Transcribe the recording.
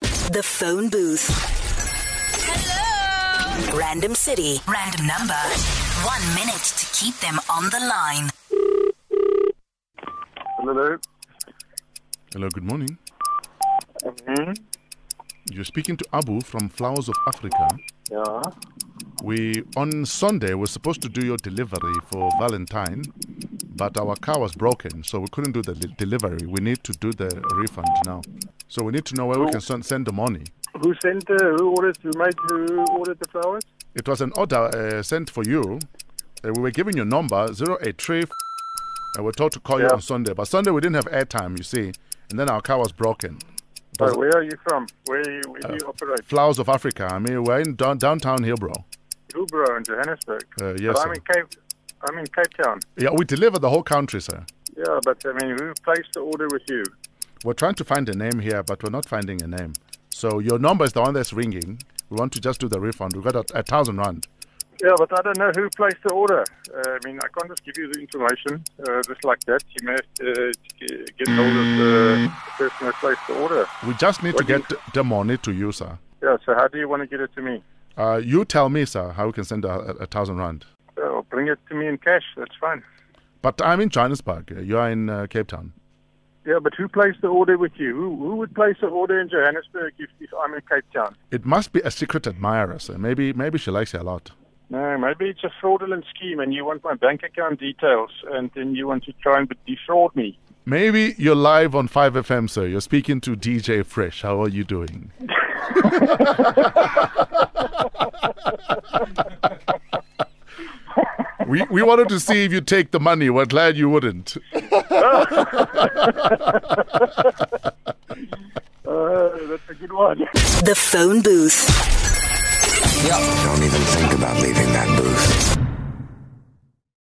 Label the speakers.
Speaker 1: The phone booth. Hello. Random city, random number. One minute to keep them on the line.
Speaker 2: Hello.
Speaker 3: Hello, good morning.
Speaker 2: hmm
Speaker 3: You're speaking to Abu from Flowers of Africa.
Speaker 2: Yeah.
Speaker 3: We on Sunday were supposed to do your delivery for Valentine, but our car was broken, so we couldn't do the li- delivery. We need to do the refund now. So we need to know where we can send, send the money.
Speaker 2: Who sent the, who ordered, who made, who ordered the flowers?
Speaker 3: It was an order uh, sent for you. Uh, we were given your number 083, and we're told to call you
Speaker 2: Yeah.
Speaker 3: on Sunday. But Sunday we didn't have airtime, you see, and then our car was broken. It Uh, was
Speaker 2: Sorry, where are you from? Where, you, where do you operate?
Speaker 3: Flowers of Africa. I mean, we're in down, downtown Hillbrow.
Speaker 2: Hillbrow in Johannesburg.
Speaker 3: Uh, yes,
Speaker 2: But
Speaker 3: sir.
Speaker 2: I'm in Cape, I'm in Cape Town.
Speaker 3: Yeah, we deliver the whole country, sir.
Speaker 2: Yeah, but I mean, who placed the order with you?
Speaker 3: We're trying to find a name here, but we're not finding a name. So your number is the one that's ringing. We want to just do the refund. We got a, a thousand rand.
Speaker 2: Yeah, but I don't know who placed the order. Uh, I mean, I can't just give you the information uh, just like that. You may have to uh, g- get hold of the person who placed the order.
Speaker 3: We just need
Speaker 2: What do
Speaker 3: to get the money to you, sir.
Speaker 2: Yeah, so how do you want to get it to me?
Speaker 3: Uh, you tell me, sir, how we can send a, a, a thousand rand.
Speaker 2: Oh, bring it to me in cash. That's fine.
Speaker 3: But I'm in Johannesburg. You are in uh, Cape Town.
Speaker 2: Yeah, but who placed the order with you? Who, who would place the order in Johannesburg if, if I'm in Cape Town?
Speaker 3: It must be a secret admirer, sir. Maybe maybe she likes you a lot.
Speaker 2: No, maybe it's a fraudulent scheme and you want my bank account details and then you want to try and defraud me.
Speaker 3: Maybe you're live on 5FM, sir. You're speaking to DJ Fresh. How are you doing? we, we wanted to see if you take the money. We're glad you wouldn't.
Speaker 2: Uh, that's a good one.
Speaker 1: The phone booth.
Speaker 4: Don't even think about leaving that booth.